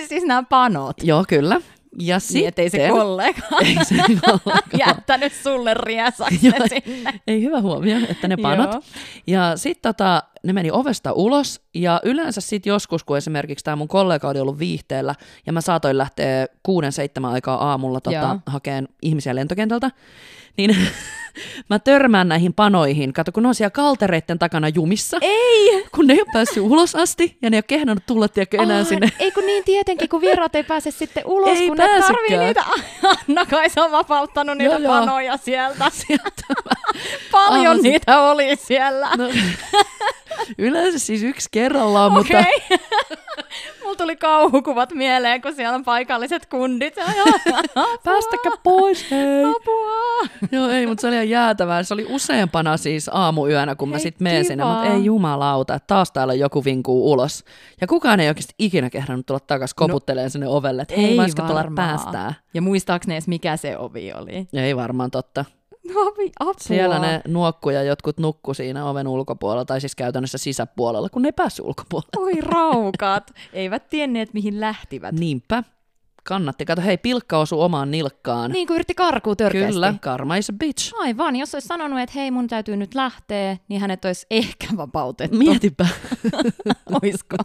C: siis nämä panot.
D: Joo, kyllä. Ja sitten...
C: Niin, ettei se kollega *laughs*
D: Ei se *laughs* kollega.
C: jättänyt sulle riesaksen sinne.
D: *laughs* Ei hyvä huomio, että ne panot.
C: Joo.
D: ja sitten tota, ne meni ovesta ulos ja yleensä sitten joskus, kun esimerkiksi tämä mun kollega oli ollut viihteellä ja mä saatoin lähteä kuuden seitsemän aikaa aamulla tota,
C: Joo.
D: hakeen ihmisiä lentokentältä, niin *laughs* mä törmään näihin panoihin. Kato, kun ne on siellä kaltereiden takana jumissa. Ei! Kun ne ei ole päässyt ulos asti ja ne ei ole kehdannut tulla tiedätkö, enää
C: Aa,
D: oh, sinne
C: Ei kun niin tietenkin, kun vieraat ei pääse sitten ulos,
D: Ei
C: kun ne tarvii
D: pääsekään.
C: *laughs* niitä. Anna-Kaisa on vapauttanut niitä
D: Joo, joo.
C: panoja sieltä. *laughs* Paljon
D: Aivan sit-
C: niitä oli siellä.
D: No, yleensä siis yksi kerrallaan,
C: No,
D: okay. mutta
C: Okei. *laughs* Mulla tuli kauhukuvat mieleen, kun siellä on paikalliset kundit. *laughs* Apua,
D: päästäkää pois, hei.
C: Apua.
D: Joo, ei, mutta se oli ihan jäätävää. Se oli useampana siis aamuyönä, kun mä
C: Hei,
D: sitten menen sinne,
C: kiva.
D: mutta ei jumalauta, että taas täällä joku vinkuu ulos. Ja kukaan ei oikeasti ikinä kehdannut tulla takaisin koputteleen no, sinne ovelle, että hei, mä olisiko tulla
C: varmaan.
D: päästää.
C: Ja muistaakseni edes, mikä se ovi oli.
D: Ei varmaan totta.
C: No, vi- apua.
D: Siellä ne nuokkuu ja jotkut nukku siinä oven ulkopuolella, tai siis käytännössä sisäpuolella, kun ne ei päässyt ulkopuolelle.
C: Oi raukat. Eivät tienneet, mihin lähtivät.
D: Niinpä. Kannatti. Kato, hei, pilkka osuu omaan nilkkaan.
C: Niin kuin yritti karkuu törkeästi.
D: Kyllä, karma is a bitch.
C: Aivan, jos olisi sanonut, että hei mun täytyy nyt lähteä, niin hänet olisi ehkä vapautettu.
D: Mietipä.
C: *laughs* Oisko?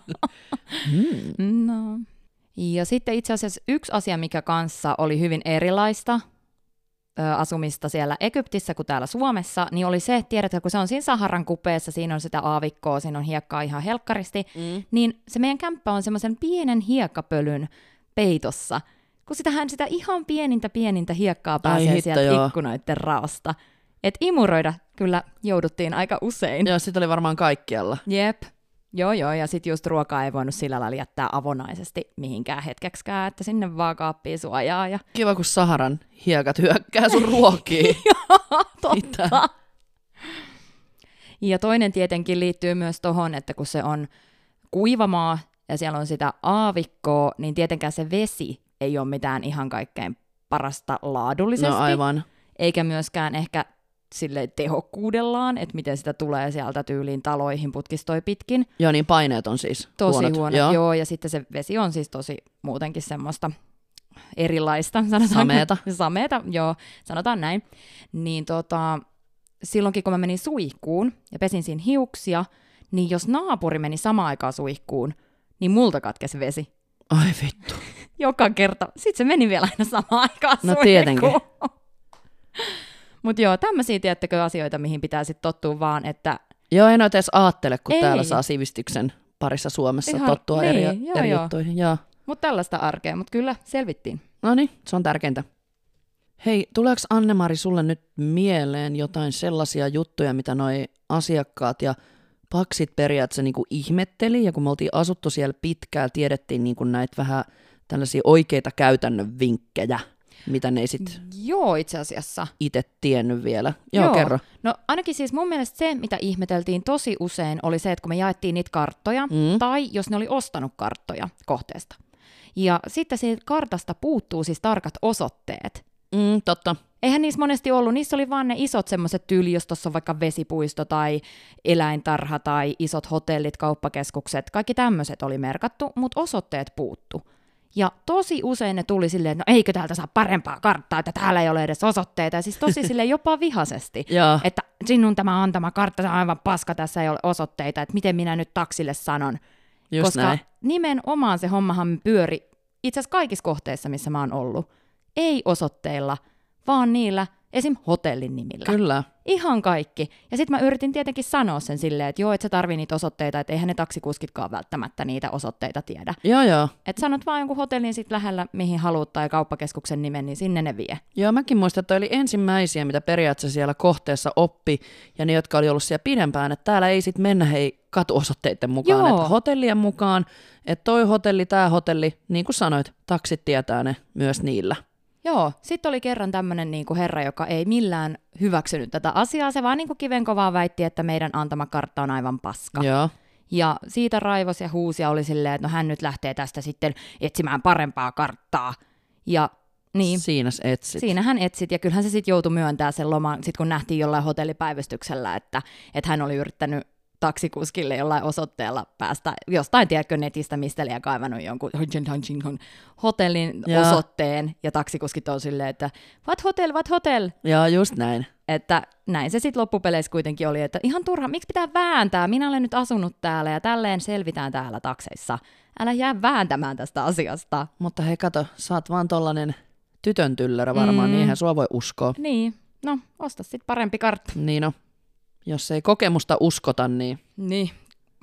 C: No. Ja sitten itse asiassa yksi asia, mikä kanssa oli hyvin erilaista ö, asumista siellä Egyptissä kuin täällä Suomessa, niin oli se, tiedätkö, kun se on siinä Saharan kupeessa, siinä on sitä aavikkoa, siinä on hiekkaa ihan helkkaristi, mm. niin se meidän kämppä on semmoisen pienen hiekkapölyn peitossa, kun sitähän sitä ihan pienintä pienintä hiekkaa pääsee
D: hitto,
C: sieltä
D: joo.
C: ikkunoiden raosta. Et imuroida kyllä jouduttiin aika
D: *laughs*
C: usein.
D: Joo, sit oli varmaan kaikkialla.
C: Jep. Joo, joo, ja sitten just ruokaa ei voinut sillä lailla jättää avonaisesti mihinkään hetkeksikään, että sinne vaan kaappiin suojaa ja
D: Kiva, kun Saharan hiekat hyökkää sun
C: *laughs*
D: ruokiin.
C: totta.
D: Mitä? No
C: Ja toinen tietenkin liittyy myös tohon, että kun se on kuivamaa ja siellä on sitä aavikkoa, niin tietenkään se vesi ei ole mitään ihan kaikkein parasta laadullisesti,
D: No aivan.
C: eikä myöskään ehkä sille tehokkuudellaan, että miten sitä tulee sieltä tyyliin taloihin putkistoi pitkin.
D: Joo, niin paineet on siis
C: Tosi
D: huonot.
C: huonot, joo. joo. Ja sitten se vesi on siis tosi muutenkin semmoista erilaista. *laughs* Sanotaanko,
D: Sameeta.
C: Sameeta, joo, sanotaan näin. Niin tota, silloinkin kun mä menin suihkuun ja pesin siinä hiuksia, niin jos naapuri meni samaan aikaan suihkuun, niin multa katkesi vesi. *laughs*
D: Ai vittu.
C: joka kerta. Sitten se meni vielä aina samaan aikaan
D: No
C: suihkuun. *laughs*
D: tietenkin.
C: Mutta joo, tämmöisiä tiettäkö asioita, mihin pitää sitten tottua vaan, että
D: Joo, en oikein edes aattele, kun
C: Ei.
D: Ei. täällä saa sivistyksen parissa Suomessa
C: Ihan-
D: Ihan, tottua niin,
C: niin,
D: eri,
C: joo,
D: joo, eri
C: joo.
D: joo. juttuihin. Joo.
C: mut tällaista arkea, mutta kyllä selvittiin.
D: No niin, se on tärkeintä. Hei, tuleeko Annemari sulle nyt mieleen jotain sellaisia juttuja, mitä noi asiakkaat ja paksit periaatteessa niinku ihmetteli, ja kun me oltiin asuttu siellä pitkään, tiedettiin niinku näitä vähän tällaisia oikeita käytännön vinkkejä, mitä ne ei sit
C: Joo, itse asiassa.
D: itse tiennyt vielä. Joo,
C: Joo.
D: Joo. kerro.
C: No ainakin siis mun mielestä se, mitä ihmeteltiin tosi usein, oli se, että kun me jaettiin niitä karttoja, mm.
D: Mm.
C: tai jos ne oli ostanut karttoja kohteesta. Ja sitten siitä kartasta puuttuu siis tarkat osoitteet.
D: Mm, totta.
C: Eihän niissä monesti ollut, niissä oli vaan ne isot semmoiset tyli, jos tuossa on vaikka vesipuisto tai eläintarha tai isot hotellit, kauppakeskukset, kaikki tämmöiset oli merkattu, mutta osoitteet puuttu. Ja tosi usein ne tuli silleen, että no eikö täältä saa parempaa karttaa, että täällä ei ole edes osoitteita, ja siis
D: *laughs*
C: tosi silleen jopa vihasesti
D: Joo.
C: että sinun tämä antama kartta se on aivan paska, tässä ei ole osoitteita, että miten minä nyt taksille sanon.
D: Just
C: Koska
D: näin.
C: nimenomaan se hommahan pyöri itse asiassa kaikissa kohteissa, missä mä oon ollut. Ei osoitteilla, vaan niillä esim. hotellin nimillä.
D: Kyllä.
C: Ihan kaikki. Ja sitten mä yritin tietenkin sanoa sen silleen, että joo, että sä tarvii niitä osoitteita, että eihän ne taksikuskitkaan välttämättä niitä osoitteita tiedä.
D: Joo, joo.
C: Että sanot vaan jonkun hotellin sit lähellä, mihin haluat, tai kauppakeskuksen nimen, niin sinne ne vie.
D: Joo, mäkin muistan, että toi oli ensimmäisiä, mitä periaatteessa siellä kohteessa oppi, ja ne, jotka oli ollut siellä pidempään, että täällä ei sit mennä hei katuosoitteiden mukaan,
C: Joo.
D: että hotellien mukaan, että toi hotelli, tää hotelli, niin kuin sanoit, taksit tietää ne myös niillä.
C: Joo, sitten oli kerran tämmöinen niinku herra, joka ei millään hyväksynyt tätä asiaa. Se vaan niinku kivenkovaa väitti, että meidän antama kartta on aivan paska. Ja,
D: Joo.
C: ja siitä raivos ja huusia oli silleen, että no hän nyt lähtee tästä sitten etsimään parempaa karttaa. Ja niin,
D: Niin. Siinä sä etsit.
C: siinä hän etsit ja kyllähän se sitten joutui myöntää sen loman, sit kun nähtiin jollain hotellipäivystyksellä, että, että hän oli yrittänyt taksikuskille jollain osoitteella päästä jostain, tiedätkö, netistä, mistä liian kaivannut jonkun hotellin
D: Joo.
C: osoitteen, ja taksikuskit on silleen, että what hotel, what hotel,
D: Joo, just näin.
C: että näin se sitten loppupeleissä kuitenkin oli, että ihan turha, miksi pitää vääntää, minä olen nyt asunut täällä ja tälleen selvitään täällä takseissa, älä jää vääntämään tästä asiasta.
D: Mutta hei, kato, sä oot vaan tollanen tytön tyllärä varmaan,
C: Mm.
D: mm. niinhän sua voi uskoa.
C: Niin, no, osta sitten parempi kartta.
D: Niin no, jos ei kokemusta uskota, niin
C: Niin,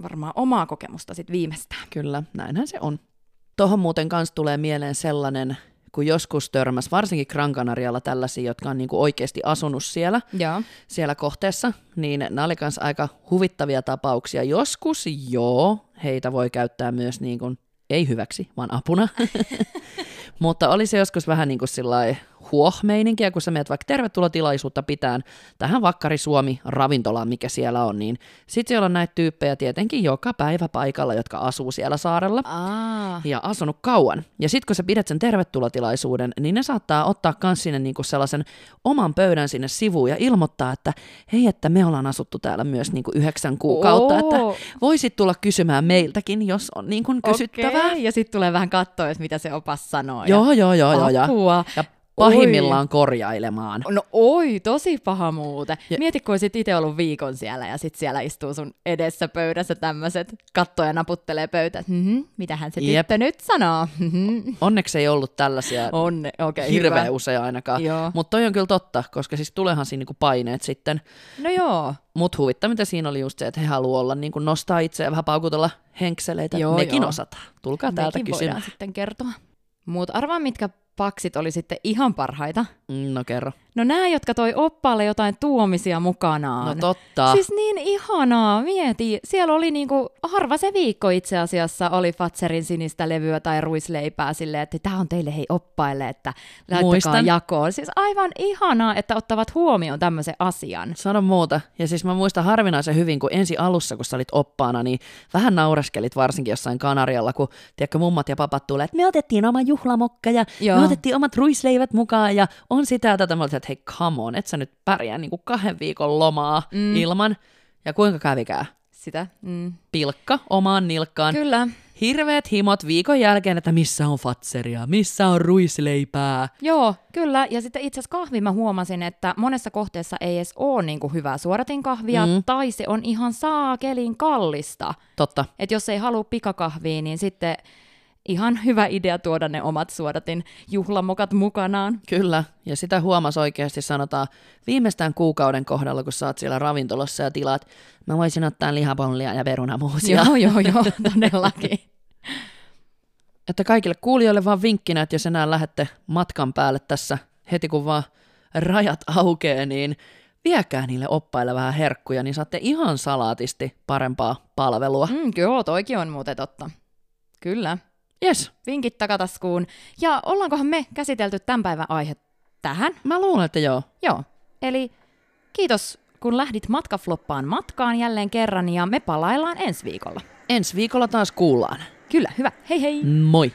C: varmaan omaa kokemusta sitten viimeistään.
D: Kyllä, näinhän se on. Tuohon muuten kanssa tulee mieleen sellainen, kun joskus törmäs, varsinkin Gran Canarialla tällaisia, jotka on niinku oikeasti asunut siellä,
C: Joo.
D: siellä kohteessa, niin nämä oli myös aika huvittavia tapauksia. Joskus joo, heitä voi käyttää myös niin kuin, ei hyväksi, vaan apuna. Mutta oli se joskus vähän niin kuin sillai huohmeininkiä, kun sä menet vaikka tervetulotilaisuutta pitään tähän Vakkari Suomi ravintolaan, mikä siellä on, niin sit siellä on näitä tyyppejä tietenkin joka päivä paikalla, jotka asuu siellä saarella
C: Aa.
D: ja asunut kauan. Ja sitten kun sä pidät sen tervetulotilaisuuden, niin ne saattaa ottaa kans sinne niinku sellaisen oman pöydän sinne sivuun ja ilmoittaa, että hei, että me ollaan asuttu täällä myös niinku yhdeksän kuukautta,
C: Oo.
D: että voisit tulla kysymään meiltäkin, jos on niinku kysyttävää.
C: Okei, ja sitten tulee vähän katsoa, että mitä se opas sanoo.
D: Joo, joo, joo, joo.
C: ja
D: Ja,
C: apua.
D: ja pahimmillaan korjailemaan.
C: No oi, tosi paha muuten. Ja...
D: Ja-
C: Mieti, kun olisit itse ollut viikon siellä ja sitten siellä istuu sun edessä pöydässä tämmöiset, kattoo ja naputtelee pöytä. Mm-hmm, mitähän se
D: Jep.
C: tyttö nyt sanoo? Mhm.
D: Onneksi ei ollut tällaisia
C: Onne, okei, okay,
D: hirveän usein ainakaan.
C: Joo.
D: Mutta toi on kyllä totta, koska siis tuleehan siinä niinku paineet sitten.
C: No joo.
D: Mutta huvittavinta siinä oli just se, että he haluaa olla, niin kuin nostaa itseä ja vähän paukutella henkseleitä.
C: Joo,
D: Joo, Nekin
C: joo.
D: joo. osataan. Tulkaa täältä
C: Nekin voidaan
D: kysymään.
C: sitten kertoa. Mutta arvaa, mitkä paksit oli sitten ihan parhaita.
D: Mm, No kerro.
C: No nämä, jotka toi oppaalle jotain tuomisia mukanaan.
D: No totta. Siis...
C: Siis niin ihanaa, mieti. Siellä oli niinku, harva se viikko itse asiassa oli Fatserin sinistä levyä tai ruisleipää silleen, että tämä on teille hei oppaille, että laittakaa
D: Muistan.
C: jakoon. Siis aivan ihanaa, että ottavat huomioon tämmöisen asian.
D: Sano muuta. Ja siis mä muistan harvinaisen hyvin, kun ensi alussa, kun sä olit oppaana, niin vähän nauraskelit varsinkin jossain Kanarialla, kun tiedätkö, mummat ja papat tulee, että me otettiin oma juhlamokka ja
C: Joo.
D: Joo. me otettiin omat ruisleivät mukaan ja on sitä ja tätä. Mä olin, että hei come on, et sä nyt pärjää niin kuin kahden viikon lomaa mm. ilman. Ja kuinka kävikään?
C: Sitä. Mm.
D: Pilkka omaan nilkkaan.
C: Kyllä.
D: Hirveät himot viikon jälkeen, että missä on fatseria, missä on ruisleipää.
C: Joo, kyllä. Ja sitten itse asiassa kahvi mä huomasin, että monessa kohteessa ei edes ole niinku hyvää suoratinkahvia, mm. tai se on ihan saakelin kallista.
D: Totta.
C: Että jos ei halua pikakahvia, niin sitten ihan hyvä idea tuoda ne omat suodatin juhlamokat mukanaan.
D: Kyllä, ja sitä huomas oikeasti sanotaan viimeistään kuukauden kohdalla, kun sä oot siellä ravintolassa ja tilaat, mä voisin ottaa lihapollia ja perunamuusia.
C: Joo, joo, *laughs* joo, todellakin.
D: Että kaikille kuulijoille vaan vinkkinä, että jos enää lähette matkan päälle tässä heti kun vaan rajat aukee, niin viekää niille oppaille vähän herkkuja, niin saatte ihan salaatisti parempaa palvelua.
C: Mm, joo, toikin on muuten totta. Kyllä.
D: Yes,
C: Vinkit takataskuun. Ja ollaankohan me käsitelty tämän päivän aihe tähän?
D: mä luulen, että joo.
C: Joo. Eli kiitos, kun lähdit matkafloppaan matkaan jälleen kerran ja me palaillaan ensi viikolla.
D: Ensi viikolla taas kuullaan.
C: Kyllä, hyvä. Hei hei!
D: Moi!